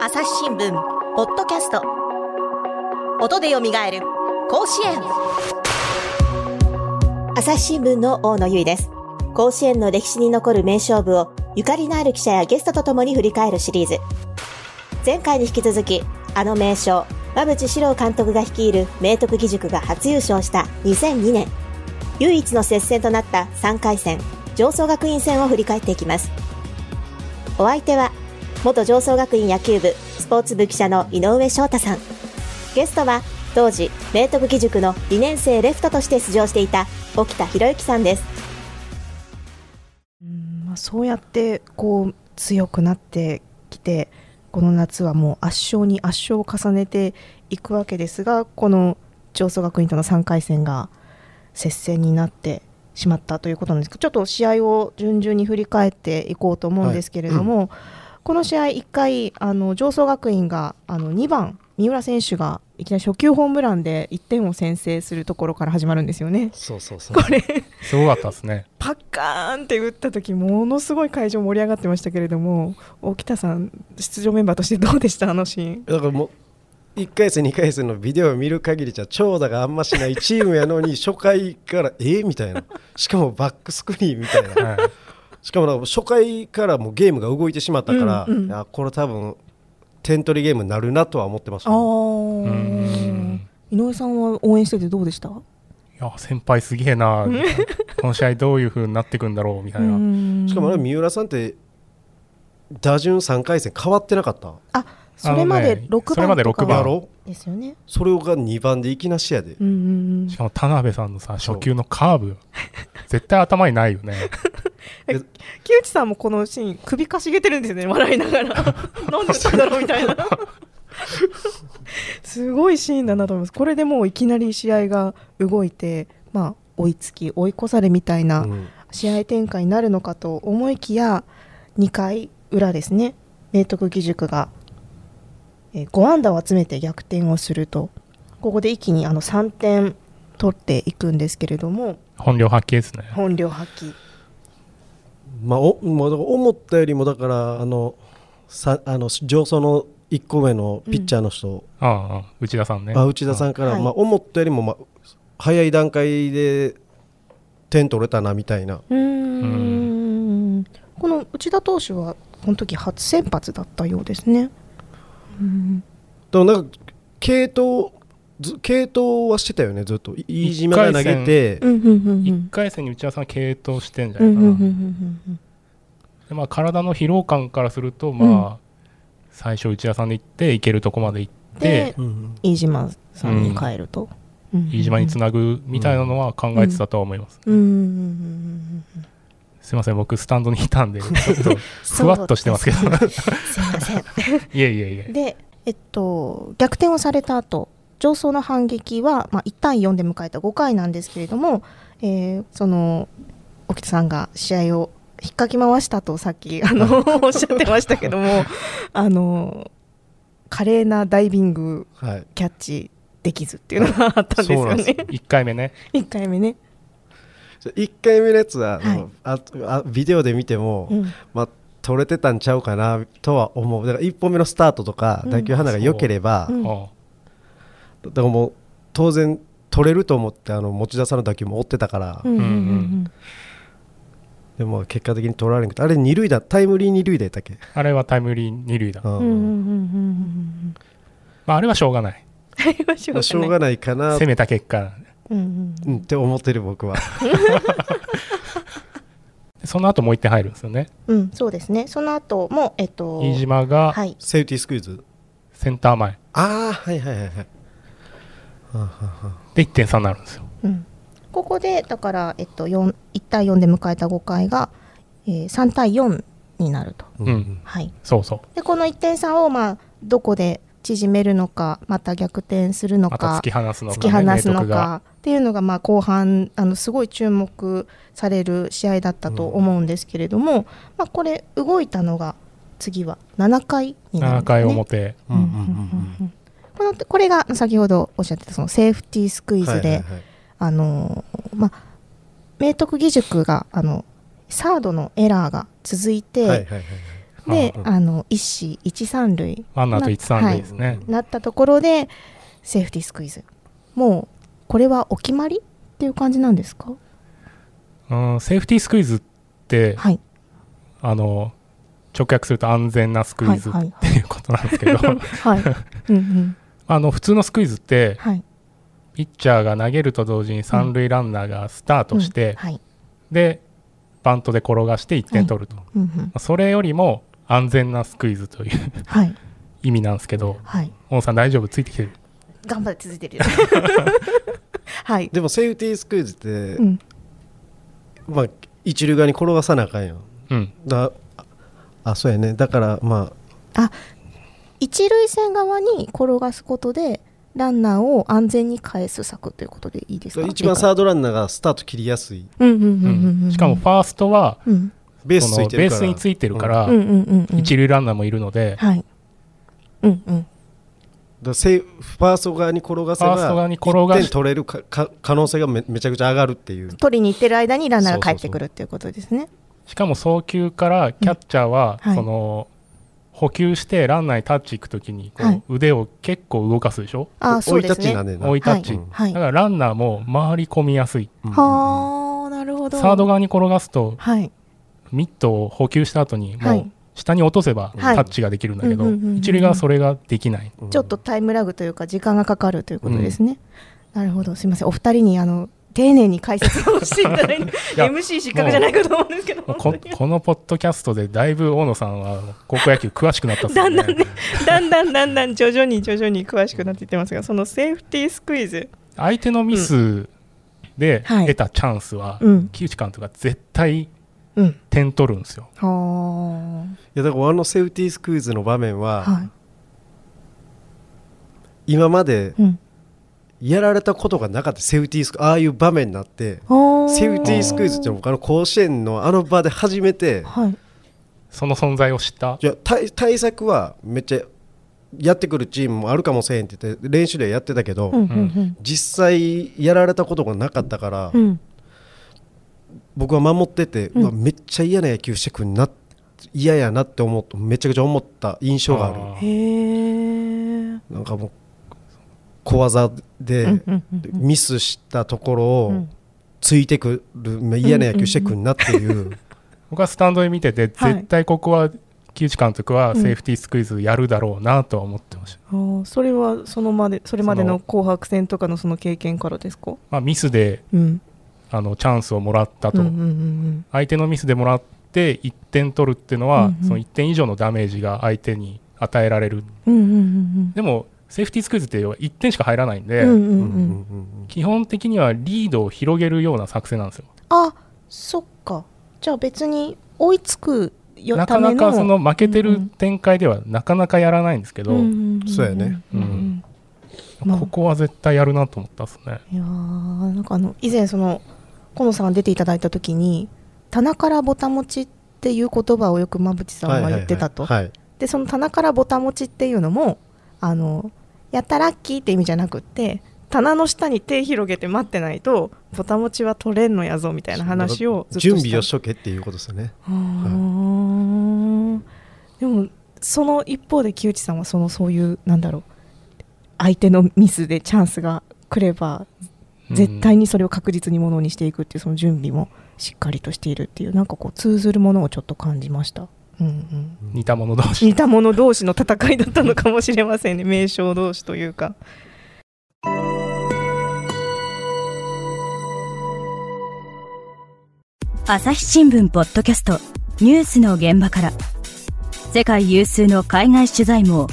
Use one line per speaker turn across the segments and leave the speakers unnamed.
朝日新聞ポッドキャスト音でよみがえる甲子園朝日新聞の大野由依です甲子園の歴史に残る名勝負をゆかりのある記者やゲストとともに振り返るシリーズ前回に引き続きあの名将馬淵史郎監督が率いる明徳義塾が初優勝した2002年唯一の接戦となった3回戦上層学院戦を振り返っていきますお相手は元上層学院野球部スポーツ部記者の井上翔太さんゲストは当時明徳義塾の2年生レフトとして出場していた沖田博之さんです
うんまあ、そうやってこう強くなってきてこの夏はもう圧勝に圧勝を重ねていくわけですがこの上層学院との3回戦が接戦になってしまったということなんですけどちょっと試合を順々に振り返っていこうと思うんですけれども、この試合1回あの上層学院があの2番三浦選手がいきなり初球ホームランで1点を先制するところから始まるんですよね。
そうそうそ
こ。
う
れ
すごかったで すね。
パッカーンって打った時ものすごい会場盛り上がってましたけれども沖田さん出場メンバーとしてどうでしたあのシーン
だからもう1回戦2回戦のビデオを見る限りじゃ長打があんましないチームやのに初回からえー、みたいなしかもバックスクリーンみたいな
はい。
しかもなんか初回からもうゲームが動いてしまったから、
うんうん
いやこれ多分点取りゲームになるなとは思ってました、
あ
ね、
うーん
井上さんは応援しててどうでした
いや、先輩すげえな。みたいなこの試合どういう風になってくんだろうみたいな。
しかもね三浦さんって打順3回戦変わってなかった
あそれま
あ
で
のね
6
それま
番
で
とか
六番
やろ
ですよね
それが2番でいきなしやで、
うんうんうん
しかも田辺さんのさ、
そう
初球のカーブ、絶対頭にないよね。
木内さんもこのシーン首かしげてるんですよね笑いな がらなんでしたんだろうみたいなすごいシーンだなと思いますこれでもういきなり試合が動いてまあ追いつき追い越されみたいな
うん
試合展開になるのかと思いきや2回裏ですね明徳義塾がえー5安打を集めて逆転をするとここで一気にあの3点取っていくんですけれども
本領発揮ですね。
本領発揮
まあ、おまあだから思ったよりもだからあのさあの上層の1個上のピッチャーの人、
ああああ、内田さんね。
あ内田さんから、
はい
まあ、思ったよりも、まあ、早い段階で点取れたなみたいな
うーんこの内田投手はこの時初先発だったようですね。うん
でもなんか継投ず継投はしてたよねずっとい飯島が投げて、
うんうんうんうん
1回戦に内田さん継投してんじゃ
う
なんい
うんうんう
かな。
んうん
でまあ、体の疲労感からすると、まあ、最初内田さんで行って、行けるとこまで行っ
で
て、
うん
飯島さんに変えると、うんうんうん
飯島につなぐみたいなのは考えてたとは思います。
うんうんうんうんうん
すいません、僕、スタンドにいたんで、ちょっ と、ふわっとしてますけど。
すいません
いえいえいえ。
で、えっと、逆転をされた後上層の反撃は、まあ、1対4で迎えた5回なんですけれども、えーその沖田さんが試合を引っかき回したとさっきあのおっしゃってましたけどもあの華麗なダイビング
はい、
キャッチできずっていうのがあったんです
そう
よ
なんです
ね
1回目ね。
1回目ね。
1回目のやつは、
はい
あのああビデオで見ても、
うん
まあ、取れてたんちゃうかなとは思うだから1本目のスタートとか
うん
打球花が良ければ、
うん
あ
だからもう当然取れると思ってあの持ち出さの打球も追ってたから、
うんうんうん
でも結果的に取られなくてあれ二塁だタイムリー二塁打やったっけ、
ああれはタイムリー二塁だ。
うん
うんうんうんうん
まあ、あれはしょうがない。
あれはしょうがない
しょうがないかな
攻めた結果。
うんうん
うんって思ってる僕は
その後もう1点入るんですよね。
うん、そうですね。その後も、えっと、
飯島が
はい、
セーフティースクイズ
センター前
ああはいはいはいはいはあはあはあ
で1点差になるんですよ。
うん、ここでだから、えっと、4 1対4で迎えた5回が、えー3対4になると、
うんん
はい、
そうそ
でこの1点差を、まあ、どこで縮めるのかまた逆転する
う。
の
また
か
突き放すのか、
突
ね、
き放すの
明徳が。
かっていうのが、まあ、後半あのすごい注目される試合だったと思うんですけれども、まあ、これ動いたのが次は7回になるんです、
7
ね、
回表。
うんうんうんうん
このこれが先ほどおっしゃってたそのセーフティースクイズで、
はいはいはい
あのーまあ、明徳義塾があのサードのエラーが続いて、
はいはいはいはい
もで、
うん
あの一死一三塁
ワンアウト一三塁です
はい
ね。
なったところでセーフティースクイズもうこれはお決まりっていう感じなんですか
うん、セーフティースクイズって、
はい
あの直訳すると安全なスク
は
イ
い
ズっ
はい
ていうことなんですけ ど、
はいうんうん
あの普通のスクイズって
はい
ピッチャーが投げると同時に三塁ランナーがスタートして、
うんはい
でバントで転がして1点取ると、
うんうん
それよりも安全なスクイズという
はい
意味なんですけど
はい
小野さん大丈夫ついてきてる
頑張って続いて るよはい
でもセーフティースクイズって、
うん
まあ、一塁側に転がさなあかんよ
うん
だあそうやねだからま
あ一塁線側に転がすことでランナーを安全に返す策ということでいいです
あ
か
一番
理
サードランナーがスタート切りやすい
解うんうん
う
うんうん
ん、
うん
しかもファーストは
うん
ベー
そ
スつ
の
いて
ベ
る
ー
から
スについてるか
うんだ
ら
うんうんうんうん
一塁ランナーもいるので、
はいうんうん
からセーフファースト側に転がせば
ファースト側に転がし
1点取れるかか可能性がめめちゃくちゃ上がるっていう
取りに行ってる間にランナーが帰ってくるっていうことですね
しかも送球からキャッチャーは、
うんはい
その補給してランナーにタッチ行くときにこう
はい
腕を結構動かすでしょ、
あー
お
そう
い
で
た
す
ち
ね
なんでな
追いタッチ、
うん
はい
だからランナーも回り込みやすい、
うん
はあなるほど
サード側に転がすと
はい
ミットを補給した後にも
は
う
い
下に落とせばタ
はい
ッチができるんだけど、
うんうんうんうん
一塁側はそれができない、
うん
ちょっとタイムラグというか時間がかかるということですね、なるほどすいませんお二人にあの丁寧に解説をしていただいて
や
MC 失格じゃないかと思うんですけど
もう
本
こ
当に
このポッドキャストでだいぶ大野さんは高校野球詳しくなったっすよね
だんだんね だんだんだんだん徐々に徐々に詳しくなっていってますがそのセーフティースクイズ
相手のミスで
はい
得たチャンスは、
うん
木内監督が絶対
うん
点取るんですよ
はい
やだからあのセーフティースクイズの場面
あ
は、
は
今まで
い、うん、
やられたことがなかったセーフティースクああいう場面になってセーフティースクイズっていう
も
のもあの甲子園のあの場で初めて
はい
その存在を知った
いや対対策はめっちゃやってくるチームもあるかもしれんって言って練習ではやってたけど、
うんうん
実際やられたことがなかったから、
うんうん
僕は守ってて、
うん
うわめっちゃ嫌な野球してくんな嫌やなって思うめちゃくちゃ思った印象がある
あ
へ
ー
え
なんかもう小技で、
うんうんうんうん
ミスしたところ
う
を
ん
ついてくる、まあ嫌な野球してくんなっていう,、
僕はスタンドで見てて
はい
絶対ここは木内監督は
うん
セーフティースクイズやるだろうなとは思ってました、
あーそれはそのまでそれまで
そ
の
の
紅白戦とかのその経験からですか、
まあ、ミスで
うん、
あのチャンスをもらったと、
うんうんうん
相手のミスでもらって1点取るっていうのは、
うんうん
その1点以上のダメージが相手に与えられる
うんうんうん
でもセーフティースクイズって1点しか入らないん
うん
で、
うんうんうん
うん
うんうん
基本的にはリードを広げるような作戦なんですよ
あそっかじゃあ別に追いつくよ
な
た
か
めの
なかその負けて
うんう
る
ん
展開ではなかなかやらないんですけど、
うんんんん
そうやね
うん
うん
まあ
ここは絶対やるなと思ったですね
いやーなんかあの以前その河野さんが出ていただいた時に棚からぼたもちっていう言葉をよく馬淵さんは言ってたと、
はいはい
でその棚からぼたもちっていうのもあのやったラッキーって意味じゃなくって棚の下に手広げて待ってないとぼたもちは取れんのやぞみたいな話をずっとした
準備をしとけっていうことですよね
うーんでもその一方で木内さんはそのそういうなんだろう相手のミスでチャンスが来れば絶対
に
にそれを確実にものにしていくっていうその準備もしっかりとしているっていうなんかこう通ずるものをちょっと感じました。うんうん
似た者同士
似た者同士の戦いだったのかもしれませんね名称同士というか
朝日新聞ポッドキャストニュースの現場から世界有数の海外取材網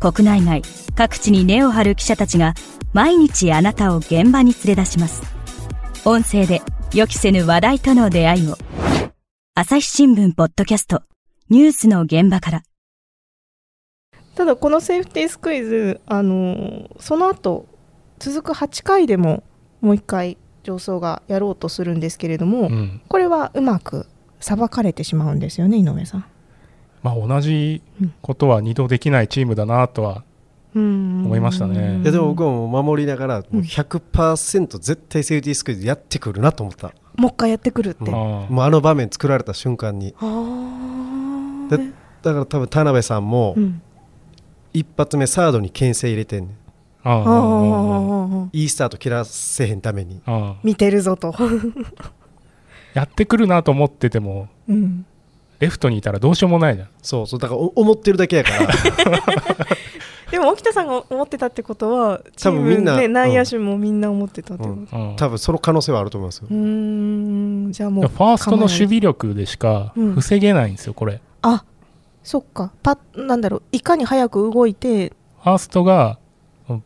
国内外各地に根を張る記者たちが毎日あなたを現場に連れ出します音声で予期せぬ話題との出会いを朝日新聞ポッドキャストニュースの現場から
ただこのセーフティースクイズあのーその後続く8回でももう1回上層がやろうとするんですけれども、
うん
これはうまく裁かれてしまうんですよね井上さん。
まあ、同じことは二度できないチームだなとは、
思
思いましたね
いやでも僕はもう守りながらもう100%絶対セーフティースクイズやってくるなと思った、
もう一回やってくるって。
うん
あ
ああ
もうあの場面作られた瞬間に
あ
だ
ー
だから多分田辺さんも
うん
一発目サードに牽制入れてんねん
ああ
あ
あ
ーあ
あああ
ーあー
いいスタート切らせへんために
ああ
見てるぞと、
やってくるなと思ってても
うん、
レフトにいたらどうしようもないじゃん
そうそうだからお思ってるだけやから
でも沖田さんが思ってたってことはチー
多
ム、
分みんな
ね、
うん
内野手もみんな思ってたってこと、
う
うん
うん
多分その可能性はあると思いますよ
ーん、じゃあも
フ
う
ァーストの守備力でしか
うん
防げないんですよ、これ。
あそっかパッなんだろういかに早く動いて
ファーストがうん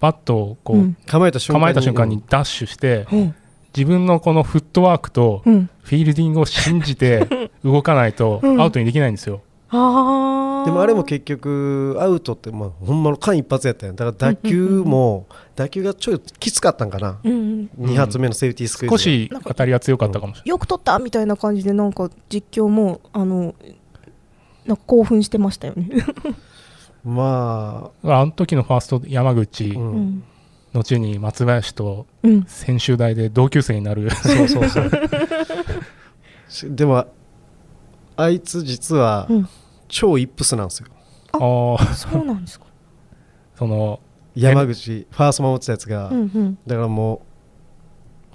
バットをこう、
うん
構えた瞬間に
構えた瞬間にダッシュして、
うん
自分のこのフットワークと
うん
フィールディングを信 じて動かないと
うん
アウトにできないんですよ。
あー
でもあれも結局アウトって、まあ、ほんまの間一髪やったんやだから打球も打球がちょいきつかったんかな、
うんうん
ん
2発目のセーフティースクイズ
少し当たりが強かったかもしれない。
よく取ったみたいな感じでなんか実況もあのなんか興奮してましたよね。
ま
あの時のファースト山口、
あ、う
うんん、
後に松林と
うん、
専修大で同級生に なる。
そうそうそうし でもあいつ実は
うん
超イップスなんですよ
あー
そうなんですか。
その
山口ファースト守ってたやつが、
うんうん、
だからも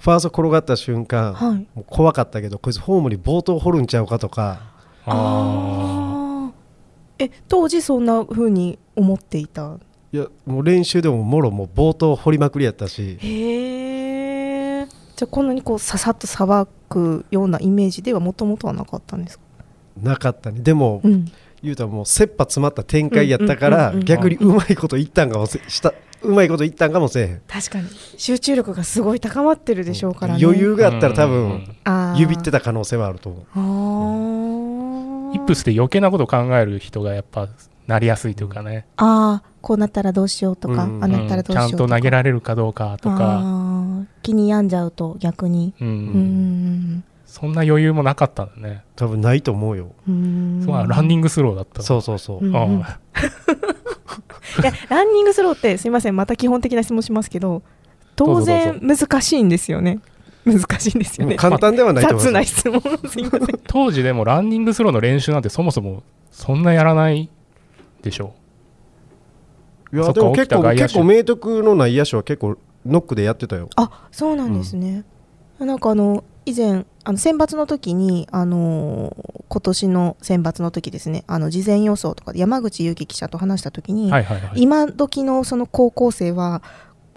うファースト転がった瞬間、
はい。
もう怖かったけどこいつホームに冒頭掘るんちゃうかとか
あ
あーえ当時そんな風に思っていた。
いやもう練習でももろもう冒頭掘りまくりやったし
へえ。じゃあこんなにこうささっとさばくようなイメージではもともとはなかったんですか。
なかったねでも、
うん。
言うたらもう切羽詰まった展開やったか
うんうん
ら
うんうん
逆にうまいこと言ったんかもせしたうまいこと言ったんかもせえへん
確かに集中力がすごい高まってるでしょうからね。
余裕
ー
があったら多
うん
分
あー
指ってた可能性はあると思う
あー
イップスで余計なことを考える人がやっぱなりやすいというかね、
ああこうなったらどうしようとか、
うんうん
ああ
ん
なったらどうし
ち
よ
ゃ
うんとか、
と投げられるかどうかとか、
あー気に病んじゃうと逆に
うん
うーん
そんな余裕もなかったんだね、
多分ないと思うよ
うーん
そうランニングスローだった
そうそうそううん
ああ
うんいやランニングスローってすいませんまた基本的な質問しますけど当然難しいんですよね難しいんですよね
簡単ではないと思
雑
いま
な
す
質問すいませ ん
当時でもランニングスローの練習なんてそもそもそんなやらないでしょ
い
そ
や
っか
でも結
起きた
構
外野手
結構明徳の内野手は結構ノックでやってたよ
あそうなんですね、なんかあの以前あの選抜の時にあのー今年の選抜の時ですねあの事前予想とかで山口祐希記者と話した時に、
はいはいはい
今時のその高校生は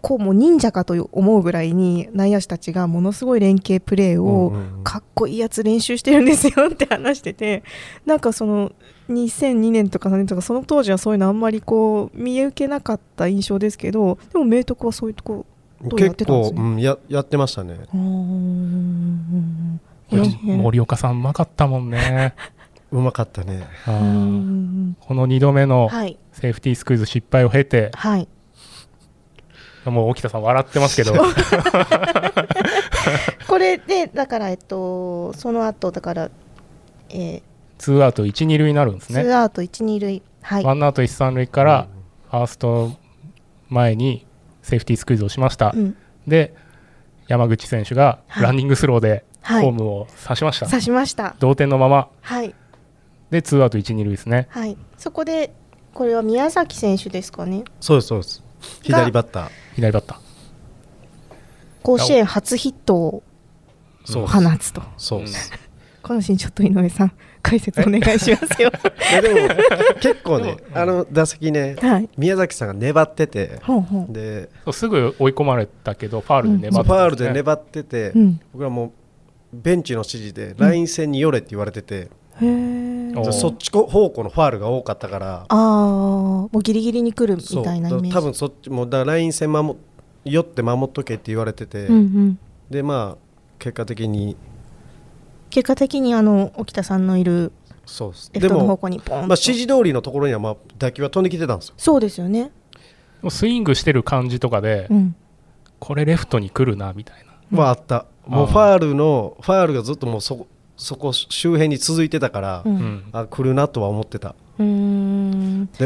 こうもう忍者かと思うぐらいに内野手たちがものすごい連携プレーを
うんうんうん
かっこいいやつ練習してるんですよって話しててなんかその2002年とか3年とかその当時はそういうのあんまりこう見受けなかった印象ですけどでも明徳はそういうとこどうやっ
結
てたんです
構
ね
うんややってましたね
うーんこ
こ
の
れ
辺
森岡さんうまかったもんね
うまかったね
あ
う
あ
ーん
この2度目の
はい
セーフティースクイズ失敗を経て、
はい
もう沖田さん笑ってますけど
これでだからえっとその後だからえー
ツーアウト1、2塁になるんです
ツ
ね
ーアウト一二塁はい
ワンアウト1、3塁からファースト前にセーフティースクイズをしました、
うん
で山口選手が
はい
ランニングスローで
はい
ホームを刺しました、
刺しました
同点のまま
はい
でツーアウト1、2塁ですね
はいそこでこれは宮崎選手ですかね
そうですそうです左バッター
左バッター
甲子園初ヒットを
そう
放
です
つと
そうです
このシーンちょっと井上さん解説お願いしますよ
いやでも 結構ねあの打席ね
はい
宮崎さんが粘ってて
ほうほう
で
そうすぐ追い込まれたけどファールで
そう
粘って
フ
た
ァー
ん
ル
す
で
ね
粘ってて、
うん
僕はもうベンチの指示でライン線に寄れって言われてて、
へー
おー
そっち方向のファールが多かったから
ああもうギリギリに来るみたいなイメージ
多分そっちもうだからライン線守寄って守っとけって言われてて、
うんうん
でまあ結果的に
結果的にあの沖田さんのいる
そうです
レ
で
フトの方
も、
向にポン
まあ、
と、
指示通りのところには、まあ、打球は飛んできてたんですよ
そうですよね、
でもスイングしてる感じとかで、
うん、
これレフトに来るなみたいな
はあったもう
あー
ファールのファールがずっともうそこそこ周辺に続いてたから、
うん
うん
あ来るなとは思ってた
うーん
で,、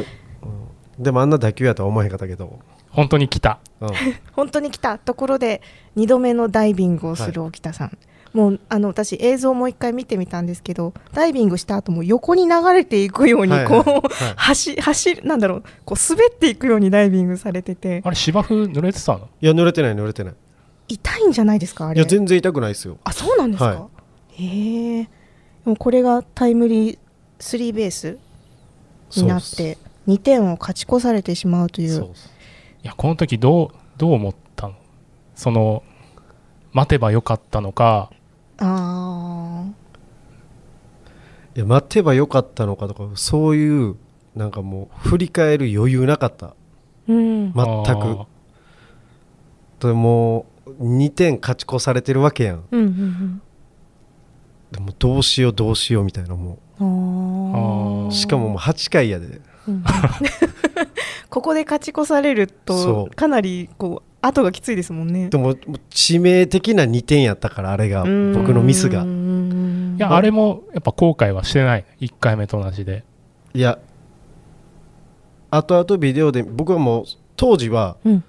うん、でもあんな打球やとは思えへんかったけど、
本当に来た
うん
本当に来たところで2度目のダイビングをする沖田さん、もうあの私映像もう一回見てみたんですけどダイビングした後も横に流れていくように
はい
こう、
はい
走走るなんだろうこう滑っていくようにダイビングされてて
あれ芝生濡れてたの
いや濡れてない濡れてない
痛いんじゃないですかあ
い
れ
や全然痛くないですよ
あそうなんですか、
は
へえでもこれがタイムリースリーベースになっ
そう
て2点を勝ち越されてしまうとい
そう
う
っす
いやこの時どうどう思ったのその待てばよかったのか
ああ
いや待てばよかったのかとかそういうなんかもう振り返る余裕なかった
うん
全く
あ
でもう2点勝ち越されてるわけやん
うんうん
でもどうしようどうしようみたいなも
うんあ
あー
うしかももう8回やで
うんここで勝ち越されると
そう
かなりこう後がきついですもんね
でももう致命的な2点やったからあれが
うん
僕のミスが
うん
いやあれもやっぱ後悔はしてない1回目と同じで
いや後々ビデオで僕はもう当時は、
うん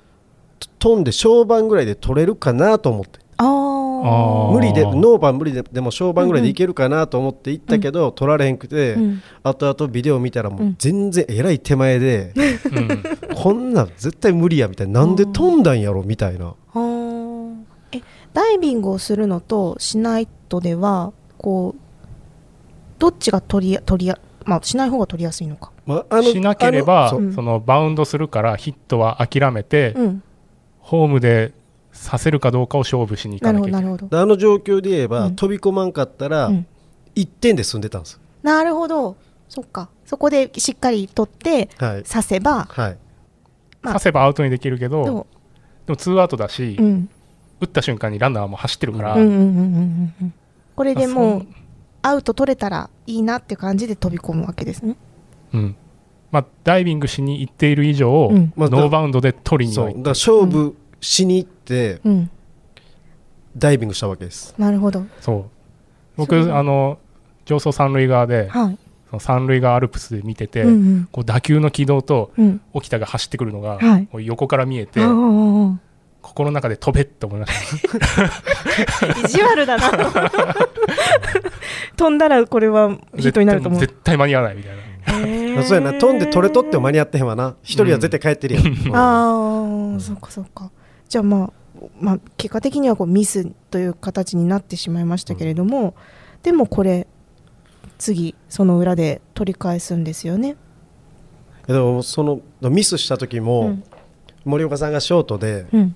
と飛んで小番ぐらいで取れるかなと思って
あ
あ
ー
ー
無理でノーバン無理ででも小番ぐらいでいけるかなと思って行ったけど、取られへんくて、
うん
後々ビデオ見たらも
う
うん全然えらい手前で、
うん
こんなん絶対無理やみたいななんで飛んだんやろみたいな
あーえダイビングをするのとしないとではこうどっちが取りや取りやまあしない方が取りやすいのか
ま ああの
しなければ
あのそう
うん
そのバウンドするからヒットは諦めて、
うん
ホームでさせるかどうかを勝負しに行
な
か
る
な
ほ
き
ど
ゃいけ
な
な
るほど
い
であの状況で言えば、
うん
飛び込まんかったら、
うん
1点で済んでたんです、
なるほどそっかそこでしっかり取って
はい
刺せば
はい、
まあ
刺せばアウトにできるけど
で
で
も
もツーアウトだし、
うん
打った瞬間にランナーも走ってるから、
うんうんうんうんうんこれでも
あ
うアウト取れたらいいなって感じで飛び込むわけですね。
うんまあ、ダイビングしに行っている以上、
うん
まあだ
ノーバウンドで取りに
そう
は
だか
行っ
ら勝負しに行って
うん、
ダイビングしたわけです、
なるほど。
そう
そう
僕あの上層三塁側で
はい。
その三塁側アルプスで見てて、
うん
こう打球の軌道と
うんうん。
沖田が走ってくるのが、
はい
こう横から見えて
あ ー
心の中で飛べって思いました
意地悪だ な。飛んだらこれはヒットになると思う。
絶対間に合わないみたいな、
へー
そうやな飛んで取れとっても間に合ってへんわな一人は絶対帰ってるやん、うん
ああ、そっかそっか。じゃあまあ、まあ、結果的にはこうミスという形になってしまいましたけれども、でもこれ、次、その裏で取り返すんですよね。
でもそのミスした時も、
うん
森岡さんがショートで、
うん。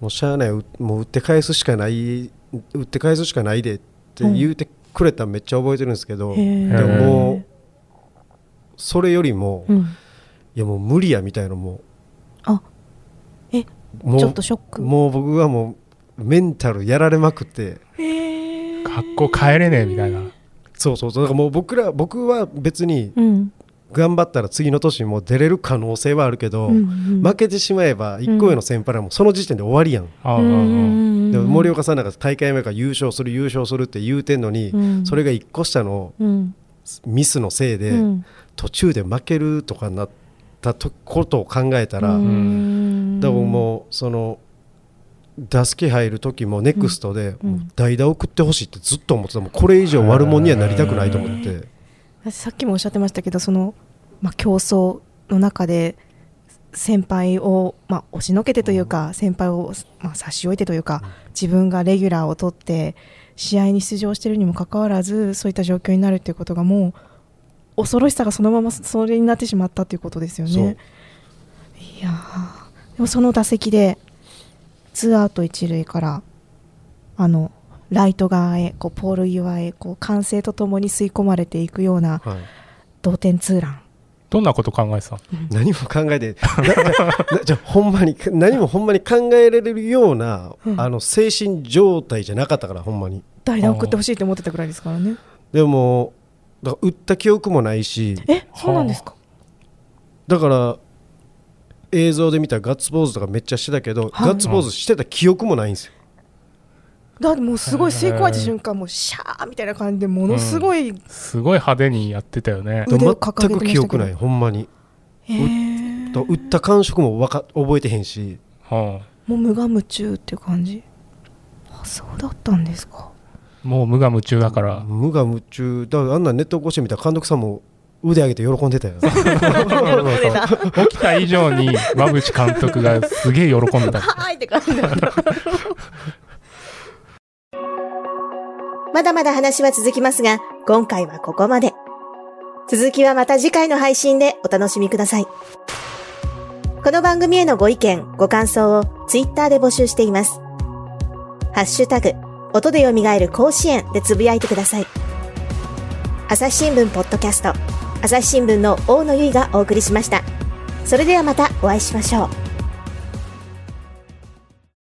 もうしゃあないうもう打って返すしかない打って返すしかないでって言うてくれたのめっちゃ覚えてるんですけど、
へえ
でも
へ
もうそれよりも、
う
い
ん。
やもう無理やみたいなも
あえ
うもう
ちょっとショック
もう僕はもうメンタルやられまくって
へえ
学校帰れねえみたいな、
そうそうそうだからもう僕ら僕は別に
うん
頑張ったら次の年も出れる可能性はあるけど、
うんうん
負けてしまえば一個上の先輩らもうその時点で終わりやん、
ああ
うんうんうん
でも森岡さんなんか大会前から優勝する優勝するって言うてんのに、
うん
それが一個下の
うん
ミスのせいで、
うん
途中で負けるとかになったとことを考えたら、
う
だか
ん
らもうその出す気入る時もネクストで、
うん
もう代打送ってほしいってずっと思ってたもうこれ以上悪者にはなりたくないと思って、
私さっきもおっしゃってましたけどその、まあ、競争の中で先輩を、まあ、押しのけてというか、先輩を、まあ、差し置いてというか、自分がレギュラーを取って試合に出場しているにもかかわらずそういった状況になるということがもう恐ろしさがそのままそれになってしまったということですよ
そう
ね。いやーでもその打席でツーアウト一塁からあのライト側へこうポール際へこう歓声とともに吸い込まれていくような
はい
同点ツーラン。
どんなこと考えてたの
何も考えてなななじゃあほんまに何もほんまに考えられるような、
うん
あの精神状態じゃなかったからほんまに
代打送ってほしいと思ってたぐらいですからね。
でもだから打った記憶もないし
え、そうなんですか。
だから映像で見たガッツポーズとかめっちゃしてたけど、
はい
ガッツポーズしてた記憶もないんですよ
だってもうすごい吸い込まれた瞬間もうシャーみたいな感じでものすごい、
すごい派手にやってたよね
腕を
だ
掲
か
げ
ら
て
全
ましたけど
く記憶ないほんまに
へー
だから打った感触もわか覚えてへんし
うん
もう無我夢中っていう感じ。そうだったんですか
もう無我夢中 だから、
無我夢中だからあんなネット越し見たら監督さんも腕上げて喜んでたよ
起きた以上に馬淵監督がすげえ喜んでた。
はいって感じだった
まだまだ話は続きますが、今回はここまで。続きはまた次回の配信でお楽しみください。この番組へのご意見、ご感想をツイッターで募集しています。ハッシュタグ、音で蘇る甲子園でつぶやいてください。朝日新聞ポッドキャスト、朝日新聞の大野由依がお送りしました。それではまたお会いしましょう。